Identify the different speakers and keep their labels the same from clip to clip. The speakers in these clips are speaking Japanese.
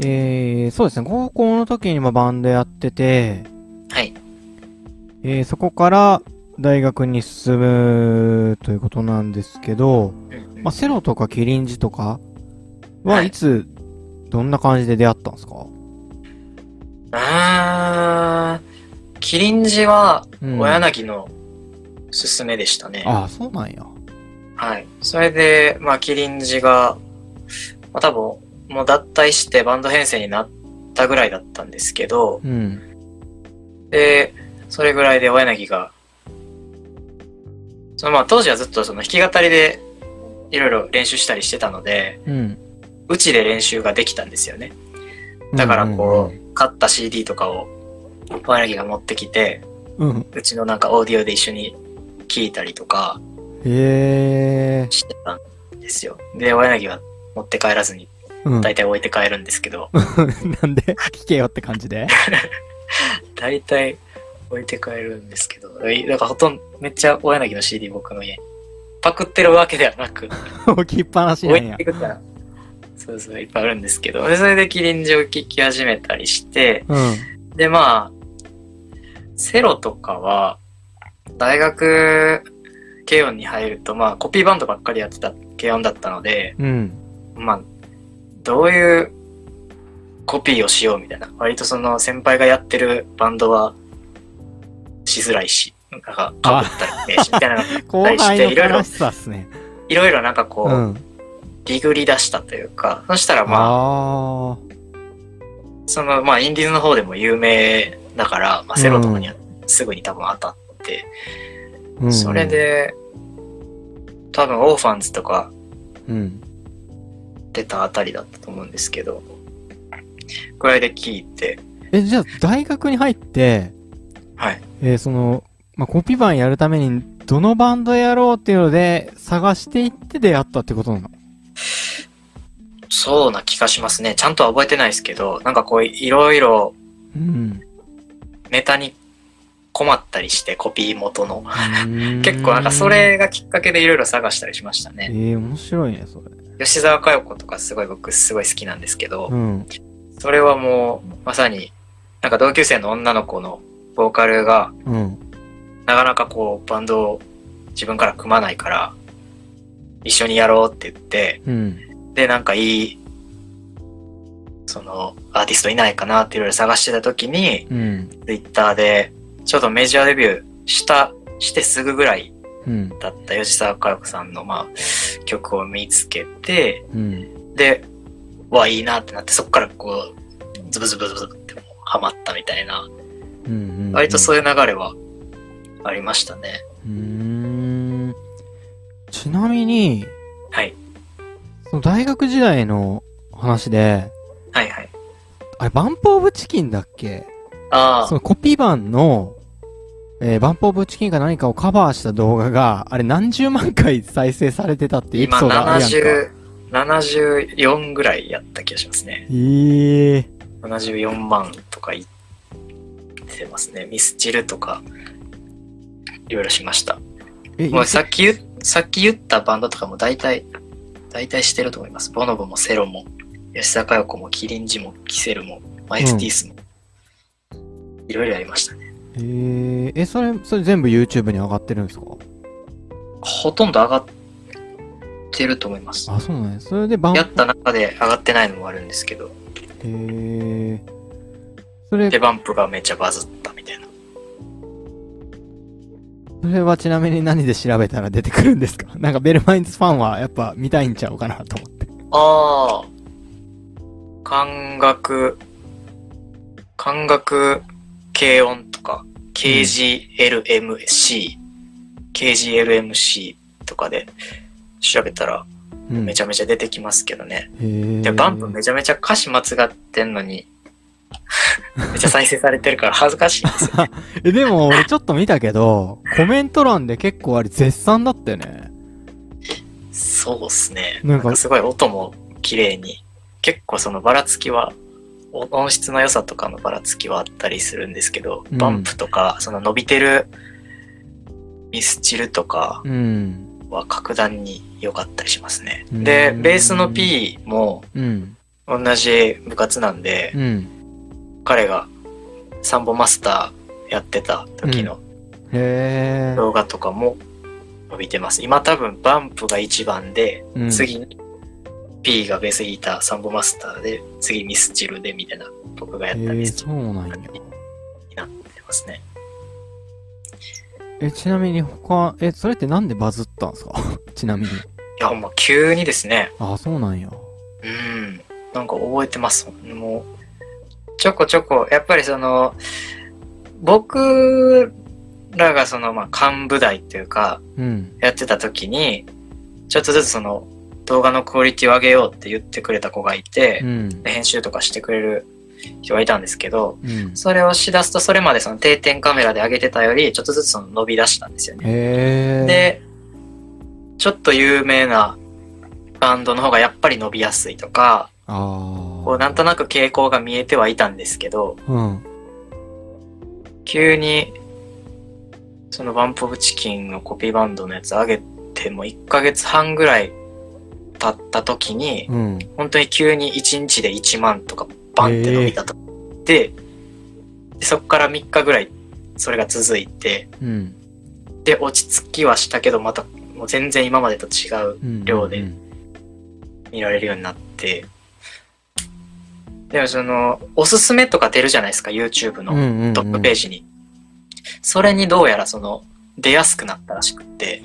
Speaker 1: えー、そうですね、高校の時にもバンドやってて、
Speaker 2: はい。
Speaker 1: えー、そこから大学に進むということなんですけど、
Speaker 2: うんうん
Speaker 1: まあ、セロとかキリンジとか
Speaker 2: は
Speaker 1: はいいつ、どんな感じで出会ったんですか
Speaker 2: あー、キリンジは、
Speaker 1: うん。
Speaker 2: 小
Speaker 1: あ
Speaker 2: 柳の勧めでしたね。
Speaker 1: あ、そうなんや。
Speaker 2: はい。それで、まあ、キリンジが、まあ、多分、もう脱退してバンド編成になったぐらいだったんですけど、
Speaker 1: うん。
Speaker 2: で、それぐらいで小柳が、そのまあ、当時はずっとその弾き語りで、いろいろ練習したりしてたので、
Speaker 1: うん。
Speaker 2: うちで練習ができたんですよね。だからこう、買った CD とかを、小柳が持ってきて、
Speaker 1: うん。うんうん。
Speaker 2: うちのなんかオーディオで一緒に聴いたりとか
Speaker 1: へえ。
Speaker 2: してたんですよ。で、小柳は持って帰らずに
Speaker 1: うん。
Speaker 2: 大体置いて帰るんですけど、
Speaker 1: なんで聞けよって感 じで。
Speaker 2: 大体置いて帰るんですけど、えだからほとんど、めっちゃ大柳の CD 僕の家に。パクってるわけではなく、
Speaker 1: 置きっぱなしな
Speaker 2: 置
Speaker 1: ん
Speaker 2: い
Speaker 1: や
Speaker 2: て。くから、そうそう、いっぱいあるんですけど、でそれでキリンジを聴き始めたりして、
Speaker 1: うん。
Speaker 2: で、まあ、セロとかは、大学、軽音に入ると、まあ、コピーバンドばっかりやってた軽音だったので、
Speaker 1: うん。
Speaker 2: まあ、どういうコピーをしようみたいな。割とその先輩がやってるバンドはしづらいし、なんかかぶったりね、みたいな。
Speaker 1: 後輩の悲しさっすね。
Speaker 2: いろいろなんかこ
Speaker 1: う
Speaker 2: う、
Speaker 1: ん。
Speaker 2: リグり出したというか、そしたらまあ、
Speaker 1: ああ。
Speaker 2: そのまあ、インディーズの方でも有名だから、まあ、セロとかにはすぐに多分当たって、
Speaker 1: うん
Speaker 2: それ。で、多分オーファンズとか
Speaker 1: うん。
Speaker 2: 出たあたりだったと思うんですけど、ぐらいで聞いて、
Speaker 1: え、じゃあ、大学に入って、
Speaker 2: はい。
Speaker 1: えーその、まあ、コピー版やるために、どのバンドやろうっていうので、探していって出会ったってことなの
Speaker 2: そうな気がしますね。ちゃんとは覚えてないですけど、なんかこういろいろ
Speaker 1: うん。
Speaker 2: ネタに困ったりして、コピー元の。結
Speaker 1: 結
Speaker 2: 構なんかそ。れがきっかけでいろいろ探したりしました
Speaker 1: え
Speaker 2: ね。
Speaker 1: ー、面白いね、それ。
Speaker 2: 吉沢佳代子とかすごい僕すごい好きなんですけど
Speaker 1: う、ん。
Speaker 2: それはもうまさになんか同級生の女の子のボーカルが
Speaker 1: うん。
Speaker 2: なかなかこうバンドを自分から組まないから一緒にやろうって言って、
Speaker 1: うん。
Speaker 2: でなんかいいそのアーティストいないかなっていろいろ探してた時に、
Speaker 1: うん。
Speaker 2: ツイッターで、ちょうどメジャーデビューした、してすぐぐらい
Speaker 1: うん。
Speaker 2: だった吉沢佳代子さんの、まあ、曲を見つけて、
Speaker 1: うん。
Speaker 2: で、わ、いいなってなって、そこからこう、ズブズブズブズブってもうハマったみたいな、
Speaker 1: うん。
Speaker 2: 割とそうういう流れはありましたね。
Speaker 1: ん。うーん。ちなみに、
Speaker 2: はい。
Speaker 1: その大学時代の話で、
Speaker 2: はいはい。
Speaker 1: あれ、バンプオブチキンだっけ
Speaker 2: あ
Speaker 1: そのコピー版の、えーバンプオブチキンか何かをカバーした動画が、あれ何十万回再生されてたっ
Speaker 2: あ、
Speaker 1: ていうエピ
Speaker 2: 今
Speaker 1: ソードあるやんか。
Speaker 2: 70、74ぐらいやった気がしますね。
Speaker 1: ええ
Speaker 2: 74万とかいってますね。ミスチルとか、いろいろしました。
Speaker 1: え、
Speaker 2: もうさっき言っ、さっき言ったバンドとかも大体、大体してると思います。ボノボもセロも、吉田佳代子も、キリンジも、キセルも、マイスティースも、いろいろやりましたね。
Speaker 1: えーえ、それ、それ全部 YouTube に上がってるんですか
Speaker 2: ほとんど上がってると思います。
Speaker 1: あ、そうなんや。それでバン、
Speaker 2: やった中で上がってないのもあるんですけど、
Speaker 1: えー、それ
Speaker 2: で、、バンプがめっちゃバズったみたいな。
Speaker 1: それはちなみに何で調べたら出てくるんですか なんかベルマインズファンはやっぱ見たいんちゃうかなと思って。
Speaker 2: ああ、感覚、感覚、軽音とか、KGLMC、KGLMC とかで調べたら
Speaker 1: うん。
Speaker 2: めち
Speaker 1: ゃ、
Speaker 2: ゃめちゃ出てきますけどね。
Speaker 1: えー、
Speaker 2: で、バンプめちゃめちゃ歌詞間違ってん のに、めっちゃ再生されてるから恥ずかしいですよ。
Speaker 1: え、でも俺ちょっと見たけど、コメント欄で結構あれ絶賛だったよね。
Speaker 2: そうっすね。
Speaker 1: な
Speaker 2: なんん
Speaker 1: か
Speaker 2: かすごい音も綺麗に。結構そのばらつきは、お音質の良さとかのばらつきはあったりするんですけど、
Speaker 1: うん
Speaker 2: バンプとか、その伸びてるミスチルとか
Speaker 1: うん。
Speaker 2: は格段に良かったりしますね。
Speaker 1: うん
Speaker 2: で、ベースの P も、
Speaker 1: うん。
Speaker 2: 同じ部活なんで、
Speaker 1: うん。
Speaker 2: 彼がサンボマスターやってた時の
Speaker 1: へ
Speaker 2: 動画とかも伸びてます。今多分バンプが1番で、
Speaker 1: え。うん。
Speaker 2: 次に P がベースギター、サンボマスターで、次ミスチルでみたいな、僕がや
Speaker 1: へ
Speaker 2: ったミ
Speaker 1: え、
Speaker 2: スチ
Speaker 1: そうなんや。
Speaker 2: ルになってますね。
Speaker 1: え、ちなみに他、え、それってなんでバズったんすか ちなみに。
Speaker 2: いや、ほんま急にですね、
Speaker 1: あ、そうなんや。
Speaker 2: うん、なんか覚えてますもんもう、ちょこちょこ、やっぱりその、僕らがその、まあ、幹部代というか、
Speaker 1: うん。
Speaker 2: やってた時に、ちょっとずつその、動画のクオリティを上げようって言ってくれた子がいて
Speaker 1: う、ん。
Speaker 2: で編集とかしてくれる人がいたんですけど、
Speaker 1: うん。
Speaker 2: それをしだすと、それまでその定点カメラで上げてたより、ちょっとずつその伸び出したんですよね。
Speaker 1: へえ。、
Speaker 2: で、ちょっと有名なバンドの方がやっぱり伸びやすいとか、
Speaker 1: ああ。
Speaker 2: こうなんとなく傾向が見えてはいたんですけど、
Speaker 1: うん。
Speaker 2: 急に、そのバンプオブチキンのコピーバンドのやつ上げても1ヶ月半ぐらい経った時に、
Speaker 1: うん。
Speaker 2: 本当に急に1日で1万とかバンって伸びたと。で、そっから3日ぐらいそれが続いて、
Speaker 1: うん。
Speaker 2: で落ち着きはしたけどまたもう全然今までと違う
Speaker 1: うん。
Speaker 2: 量で
Speaker 1: うん
Speaker 2: 見られるようになってでもそのおすすめとか出るじゃないですか YouTube
Speaker 1: うん
Speaker 2: の
Speaker 1: うん。
Speaker 2: トップペー
Speaker 1: ジ。
Speaker 2: ジに、それにどうやらその出やすくなったらしくって
Speaker 1: へ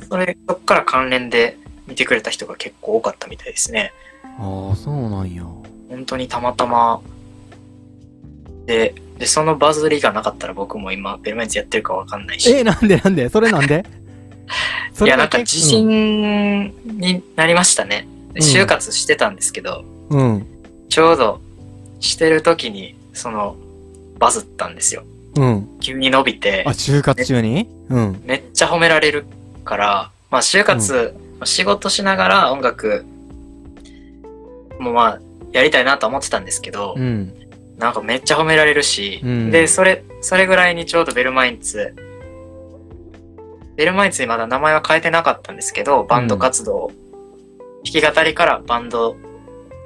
Speaker 1: え。
Speaker 2: それそっから関連で見てくれた人が結構多かったみたいですね
Speaker 1: ああ、そうなんや。
Speaker 2: 本当にたまたまででそのバズりがなかったら僕も今ベルメンズやってるかわかんないし
Speaker 1: え、なんでなんでそれなんでそ
Speaker 2: い
Speaker 1: れ
Speaker 2: や、
Speaker 1: だ
Speaker 2: なん
Speaker 1: け
Speaker 2: か自信になりましたね。
Speaker 1: ん
Speaker 2: 就活してたんですけど、
Speaker 1: うん。うん。
Speaker 2: ちょうどしてる時に、その、バズったんですよ。
Speaker 1: うん。
Speaker 2: 急に伸びて
Speaker 1: あ、、就活中にうん。
Speaker 2: めっちゃ褒められるから、まあ、就活、仕事しながら音楽もまあ、やりたいなと思ってたんですけど、
Speaker 1: うん。
Speaker 2: なんかめっちゃ褒められるし、
Speaker 1: うん
Speaker 2: で、それ、それぐらいにちょうどベルマインツ、ベルマインツにまだ名前は変えてなかったんですけど、バンド活動、弾き語りからバンド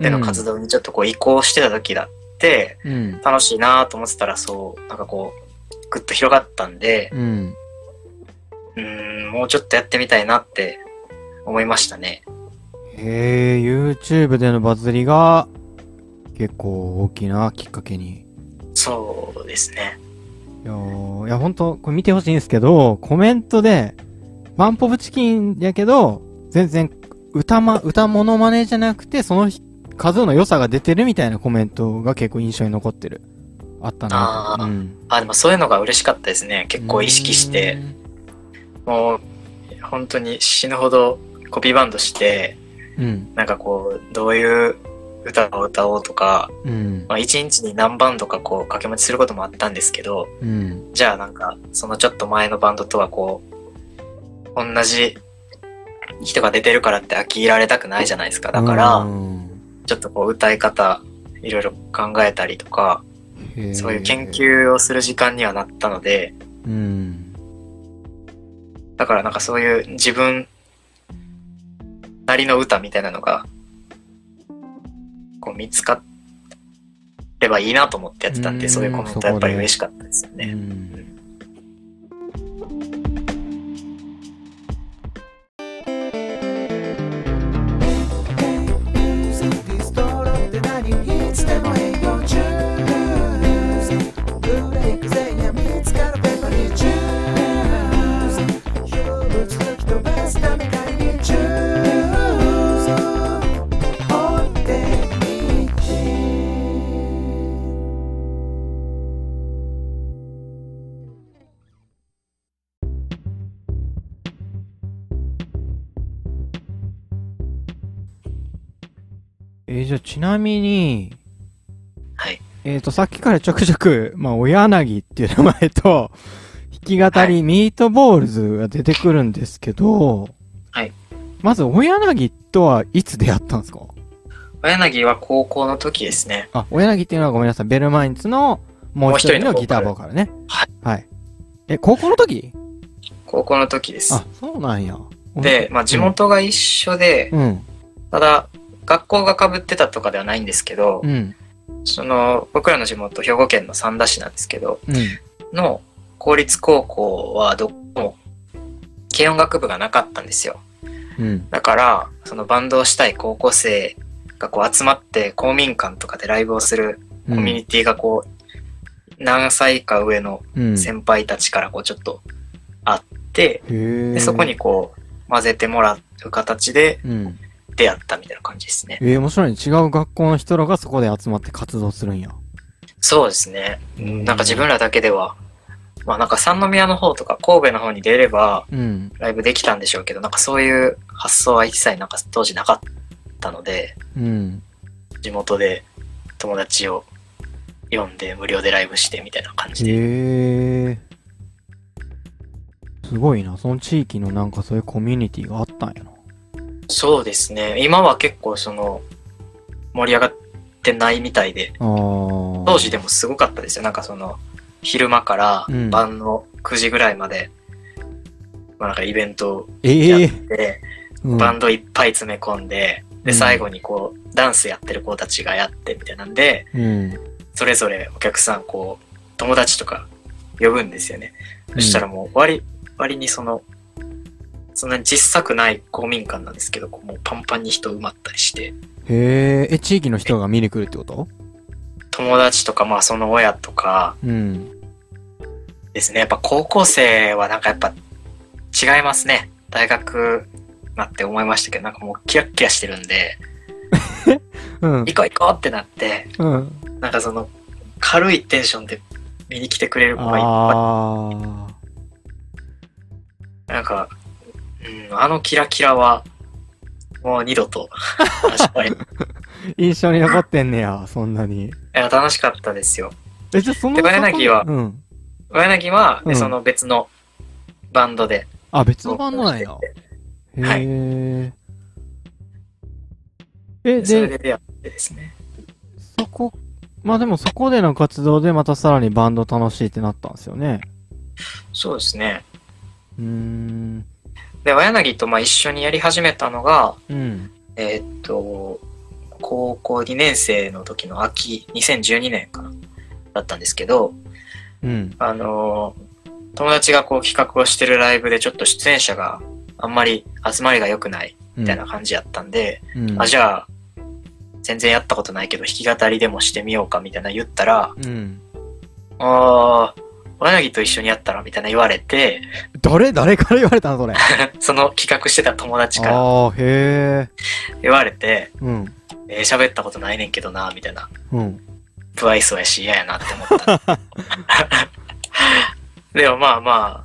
Speaker 2: での活動にちょっとこう移行してた時だって、
Speaker 1: うん。
Speaker 2: 楽しいなと思ってたらそう、なんかこう、ぐっと広がったんで、
Speaker 1: うん。
Speaker 2: うーん、もうちょっとやってみたいなって思いましたね。
Speaker 1: へえ、YouTube でのバズりが結構大きなきっかけに。
Speaker 2: そうですね。
Speaker 1: いやーいや、ほんと、これ見てほしいんですけど、コメントで、バンポブチキンやけど、全然、歌ま、歌モノマネじゃなくて、その日数の良さが出てるみたいなコメントが結構印象に残ってる。あったなと
Speaker 2: あー
Speaker 1: うん。
Speaker 2: あ、でもそういうのが嬉しかったですね。結構意識して。もう本当に死ぬほどコピーバンドして
Speaker 1: うん。
Speaker 2: なんかこうどういう歌を歌おうとか、
Speaker 1: うん。うん。
Speaker 2: まあ、1日に何バンドかこう掛け持ちすることもあったんですけど
Speaker 1: うん。
Speaker 2: じゃあなんかそのちょっと前のバンドとはこう同じ人が出てるからって飽きられたくないじゃないですかだから
Speaker 1: うん
Speaker 2: ちょっとこう歌い方いろいろ考えたりとか
Speaker 1: へー
Speaker 2: そういう研究をする時間にはなったので
Speaker 1: うん。
Speaker 2: だからなんかそういう自分なりの歌みたいなのが、こう見つかればいいなと思ってやってたん
Speaker 1: う
Speaker 2: で、
Speaker 1: ん
Speaker 2: そういうコメントはやっぱり嬉しかったですよ
Speaker 1: う
Speaker 2: ね。
Speaker 1: ん
Speaker 3: ディストロって何いつでも営業中ブレイク前夜見つかるペパリ中植物吹き飛ばすため買いに中置いていて
Speaker 1: えーじゃあちなみに、
Speaker 2: はい。
Speaker 1: えっ、と、さっきからちょくちょく、まあ、お柳っていう名前と、 弾き語
Speaker 2: は
Speaker 1: り、
Speaker 2: い
Speaker 1: ミートボールズが出てくるんですけど、
Speaker 2: はい。
Speaker 1: まず、お柳とはいつ出会ったんですか
Speaker 2: 小柳は高校の時ですね。
Speaker 1: あ、お柳っていうのはごめんなさい、ベルマインツのもう一人のギターボーカルね。
Speaker 2: はい。
Speaker 1: はい。え、高校の時
Speaker 2: 高校の時です
Speaker 1: あ。、そうなんや。
Speaker 2: で、まあ地元が一緒で、
Speaker 1: うん。
Speaker 2: ただ、学校が被ってたとかではないんですけど、
Speaker 1: うん。
Speaker 2: その僕らの地元兵庫県の三田市なんですけど
Speaker 1: うん。
Speaker 2: の公立高校はどこも軽音楽部がなかったんですよ
Speaker 1: うん。
Speaker 2: だからそのバンドをしたい高校生がこう集まって公民館とかでライブをする
Speaker 1: う
Speaker 2: コ
Speaker 1: ん。
Speaker 2: ミュニティがこう何歳か上の
Speaker 1: うん。
Speaker 2: 先輩たちからこうちょっとあって
Speaker 1: へえ。
Speaker 2: でそこに。こう混ぜてもらう形で
Speaker 1: うん。
Speaker 2: 出会ったみたいな感じですね
Speaker 1: ええ、面白いね。違う学校の人らがそこで集まって活動するんや。
Speaker 2: そうですね
Speaker 1: うん
Speaker 2: なんか自分らだけではまあなんか三宮の方とか神戸の方に出れば
Speaker 1: うん。
Speaker 2: ライブできたんでしょうけどなんかそういう発想は一切なんか当時なかったので
Speaker 1: うん。
Speaker 2: 地元で友達を呼んで無料でライブしてみたいな感じで、
Speaker 1: へえ。すごいな。その地域のなんかそういうコミュニティがあったんやな。
Speaker 2: そうですね今は結構その盛り上がってないみたいで
Speaker 1: あー。
Speaker 2: 当時でもすごかったですよなんかその昼間から
Speaker 1: うん
Speaker 2: 晩の9時ぐらいまで、まあなんかイベント
Speaker 1: え
Speaker 2: や
Speaker 1: え
Speaker 2: っ。て、
Speaker 1: うん
Speaker 2: バンドいっぱい詰め込んで
Speaker 1: うん
Speaker 2: で最後にこうダンスやってる子たちがやってみたいなんで
Speaker 1: うん。
Speaker 2: それぞれお客さんこう友達とか呼ぶんですよねそしたらもう割割にそのそんなに小さくない公民館なんですけどこうもうパンパンに人埋まったりして
Speaker 1: へえ。え、地域の人が見に来るってこと
Speaker 2: 友達とかまあその親とか
Speaker 1: うん。
Speaker 2: ですねやっぱ高校生はなんかやっぱ違いますね大学なって思いましたけどなんかもうキラッキラしてるんで
Speaker 1: うん。
Speaker 2: 行こう行こうってなって
Speaker 1: うん。
Speaker 2: なんかその軽いテンションで見に来てくれる子がいっぱ
Speaker 1: ああ。
Speaker 2: いなんか、うん、あのキラキラはもう二 度と味わえない
Speaker 1: 印象に残ってんねや、そんなに。
Speaker 2: いや楽しかったですよ
Speaker 1: え、じゃあその
Speaker 2: 手早柳は
Speaker 1: うん。
Speaker 2: 小柳は、で
Speaker 1: うん
Speaker 2: その別のバンドで
Speaker 1: あ、別のバンドなんや
Speaker 2: そう。してて
Speaker 1: へ
Speaker 2: はい
Speaker 1: え。え、
Speaker 2: それ
Speaker 1: で、
Speaker 2: で出会ってですね
Speaker 1: そこ、まあでもそこでの活動でまたさらにバンド楽しいってなったんですよね。
Speaker 2: そうですね
Speaker 1: うーん。
Speaker 2: で小柳とまあ一緒にやり始めたのが
Speaker 1: うん。
Speaker 2: えーっと高校2年生の時の秋2012年かなだったんですけど
Speaker 1: うん。
Speaker 2: あのー友達がこう企画をしてるライブでちょっと出演者があんまり集まりが良くないみたいな感じやったんで、
Speaker 1: うん。
Speaker 2: あじゃあ全然やったことないけど弾き語りでもしてみようかみたいな言ったら、
Speaker 1: うん。
Speaker 2: ああ、小柳と一緒にやったらみたいな言われて、
Speaker 1: 誰誰から言われたのそれ。あ
Speaker 2: その企画してた友達から
Speaker 1: あー、へえ。
Speaker 2: 言われて、
Speaker 1: うん。
Speaker 2: えー喋ったことないねんけどな、みたいな。
Speaker 1: うん。
Speaker 2: 不愛想やし嫌やなって思った。 でもまあまあ、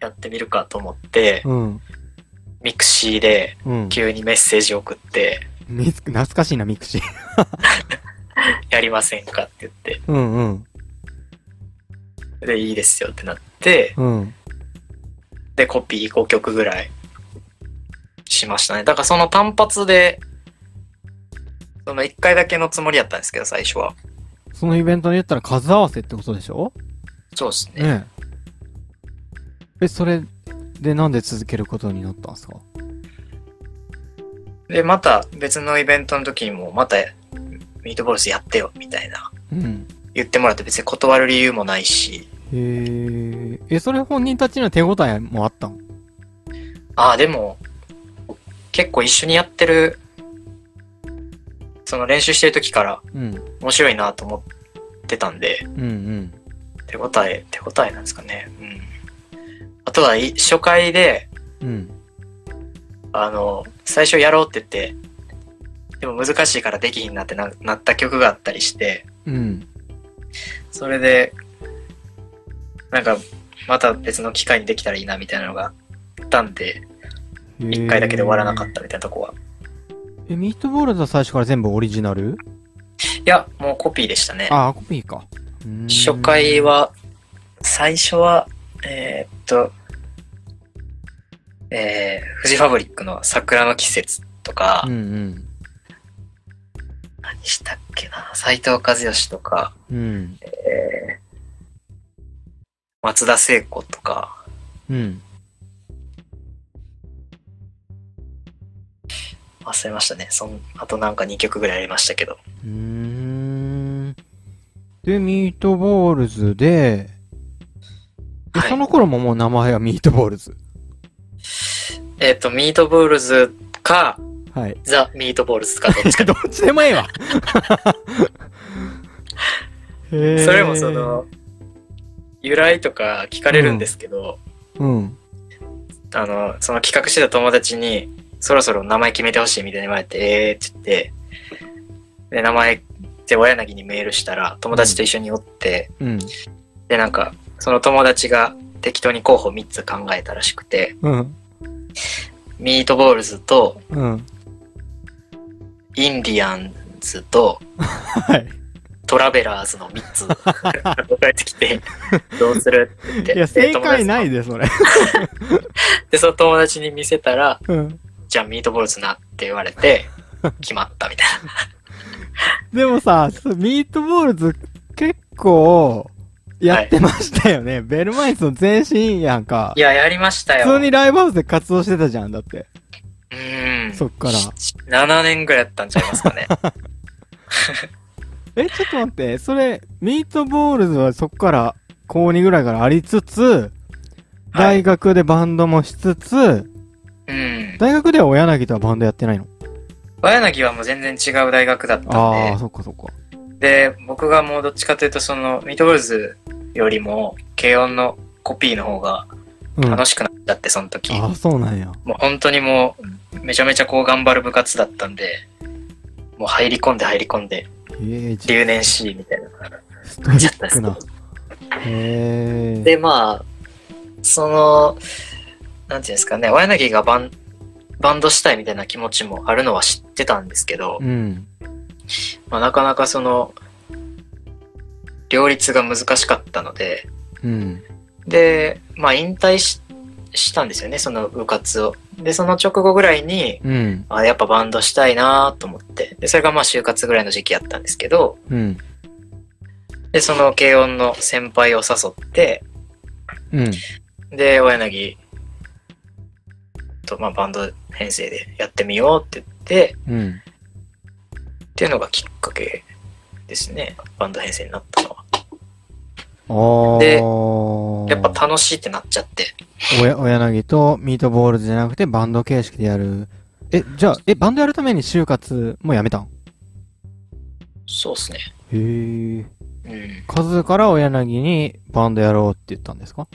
Speaker 2: やってみるかと思って、
Speaker 1: うん。
Speaker 2: ミクシーで
Speaker 1: うん。
Speaker 2: 急にメッセージ送って、
Speaker 1: みつ懐かしいな、ミクシー。
Speaker 2: やりませんかって言って、
Speaker 1: うんうん。
Speaker 2: で、いいですよってなって、
Speaker 1: うん。
Speaker 2: で、コピー5曲ぐらいしましたね。だからその単発で、その1回だけのつもりやったんですけど、最初は。
Speaker 1: そのイベントで言ったら数合わせってことでしょ
Speaker 2: そうですね。
Speaker 1: ねえ。え、それでなんで続けることになったんですか
Speaker 2: で、また別のイベントの時にも、またミートボールスやってよ、みたいな。
Speaker 1: うん。
Speaker 2: 言ってもらって別に断る理由もないし、
Speaker 1: へーえ、それ本人たちの手応えもあったん
Speaker 2: ああ、でも、結構一緒にやってる、その練習してる時から
Speaker 1: うん。
Speaker 2: 面白いなと思ってたんで、
Speaker 1: うんうん。
Speaker 2: 手応え、手応えなんですかね。うん。あとはい初回で、
Speaker 1: うん。
Speaker 2: あの、最初やろうって言って、でも難しいからできひんなってななった曲があったりして、
Speaker 1: うん。
Speaker 2: それで、なんか、また別の機会にできたらいいなみたいなのがあったんで、
Speaker 1: へー
Speaker 2: 一回だけで終わらなかったみたいなとこは。
Speaker 1: え、ミートボールズは最初から全部オリジナル
Speaker 2: いや、もうコピーでしたね。
Speaker 1: あー、コピーか。うーん
Speaker 2: 初回。は、最初は、えーっと、えー、フジファブリックの桜の季節とか、
Speaker 1: うん
Speaker 2: 何したっけな、斎藤和義とか、
Speaker 1: うん。うん。
Speaker 2: えー松田聖子とか、
Speaker 1: うん。
Speaker 2: あ忘れましたね。そんあとなんか2曲ぐらいありましたけど。
Speaker 1: うーん。で、ミートボールズで、で
Speaker 2: はい
Speaker 1: その頃ももう名前はミートボールズ。
Speaker 2: えっ、と、ミートボールズか、
Speaker 1: はい。
Speaker 2: ザ・ミートボールズかどっちか。
Speaker 1: どっちでもええ わそ
Speaker 2: それもそ、の、由来とか聞かれるんですけど、
Speaker 1: うん。
Speaker 2: あの、その企画してた友達に、そろそろ名前決めてほしいみたいに言われて、ええー、って言って、で、名前って親柳にメールしたら、友達と一緒におって、
Speaker 1: うん。
Speaker 2: で、なんか、その友達が適当に候補3つ考えたらしくて、
Speaker 1: うん。
Speaker 2: ミートボールズと、
Speaker 1: うん。
Speaker 2: インディアンズと、
Speaker 1: はい。
Speaker 2: トラベラーズの3つ 送られてきて、どうするって言って。。
Speaker 1: いや、正解ないいで、それ。
Speaker 2: で、その友達に見せたら、
Speaker 1: うん。
Speaker 2: じゃあミートボールズなって言われて、決まったみたいな。
Speaker 1: でもさ、ミートボールズ結構、やってましたよね。ベルマイスの前身やんか
Speaker 2: い。や、やりましたよ。
Speaker 1: 普通にライブハウスで活動してたじゃん、だって。
Speaker 2: うん。
Speaker 1: そっから
Speaker 2: 7年ぐらいやったんちゃいま すかね。
Speaker 1: え、ちょっと待って、それ、ミートボールズはそっから、高2ぐらいからありつつ、
Speaker 2: は
Speaker 1: 大
Speaker 2: い。
Speaker 1: 学でバンドもしつつ、
Speaker 2: うん。
Speaker 1: 大学では親柳とはバンドやってないの
Speaker 2: 和柳はもう全然違う大学だった
Speaker 1: ああ、
Speaker 2: ん
Speaker 1: そっかそっか。
Speaker 2: で、で、僕がもうどっちかというと、その、ミートボールズよりも、軽音のコピーの方が
Speaker 1: うん。あ
Speaker 2: 楽しくなっちゃって、その時。
Speaker 1: あ、そうなんや。
Speaker 2: もう本当にもう、めちゃめちゃこう頑張る部活だったんで、もう入り込んで入り込んで、
Speaker 1: ええ、じ
Speaker 2: 留年し、みたいな。
Speaker 1: ストイックな。へえ。
Speaker 2: でまあそのなんていうんですかね親柳がバンバンドしたいみたいな気持ちもあるのは知ってたんですけど、
Speaker 1: うん。
Speaker 2: まあ、なかなかその両立が難しかったので
Speaker 1: うん。
Speaker 2: でまあ引退ししたんですよねその部活を。でその直後ぐらいに
Speaker 1: うん。
Speaker 2: あやっぱバンドしたいなと思ってでそれがまあ就活ぐらいの時期やったんですけど
Speaker 1: うん。
Speaker 2: でその軽音の先輩を誘って
Speaker 1: うん。
Speaker 2: で、大柳と、まあ、バンド編成でやってみようって言って、
Speaker 1: うん。
Speaker 2: っていうのがきっかけですね。バンド編成になったのは。
Speaker 1: ああ。
Speaker 2: でやっぱ楽しいってなっちゃって。
Speaker 1: おや、親柳とミートボールズじゃなくてバンド形式でやる。え、じゃあ、え、バンドやるために就活もうやめたん
Speaker 2: そうっすね。
Speaker 1: へえ。
Speaker 2: うん。
Speaker 1: カズから親柳にバンドやろうって言ったんですか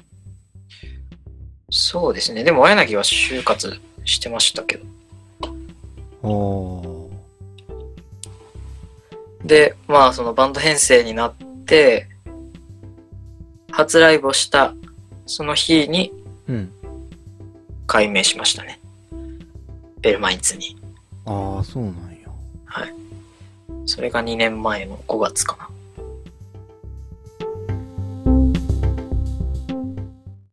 Speaker 2: そうですね。でも、大柳は就活してましたけど。
Speaker 1: おお
Speaker 2: で、まあ、そのバンド編成になって、初ライブをした、その日に
Speaker 1: ー。うん。
Speaker 2: 改名しましたね。ベルマインツに。
Speaker 1: ああ、そうなんや。
Speaker 2: それが2年前の5月かな。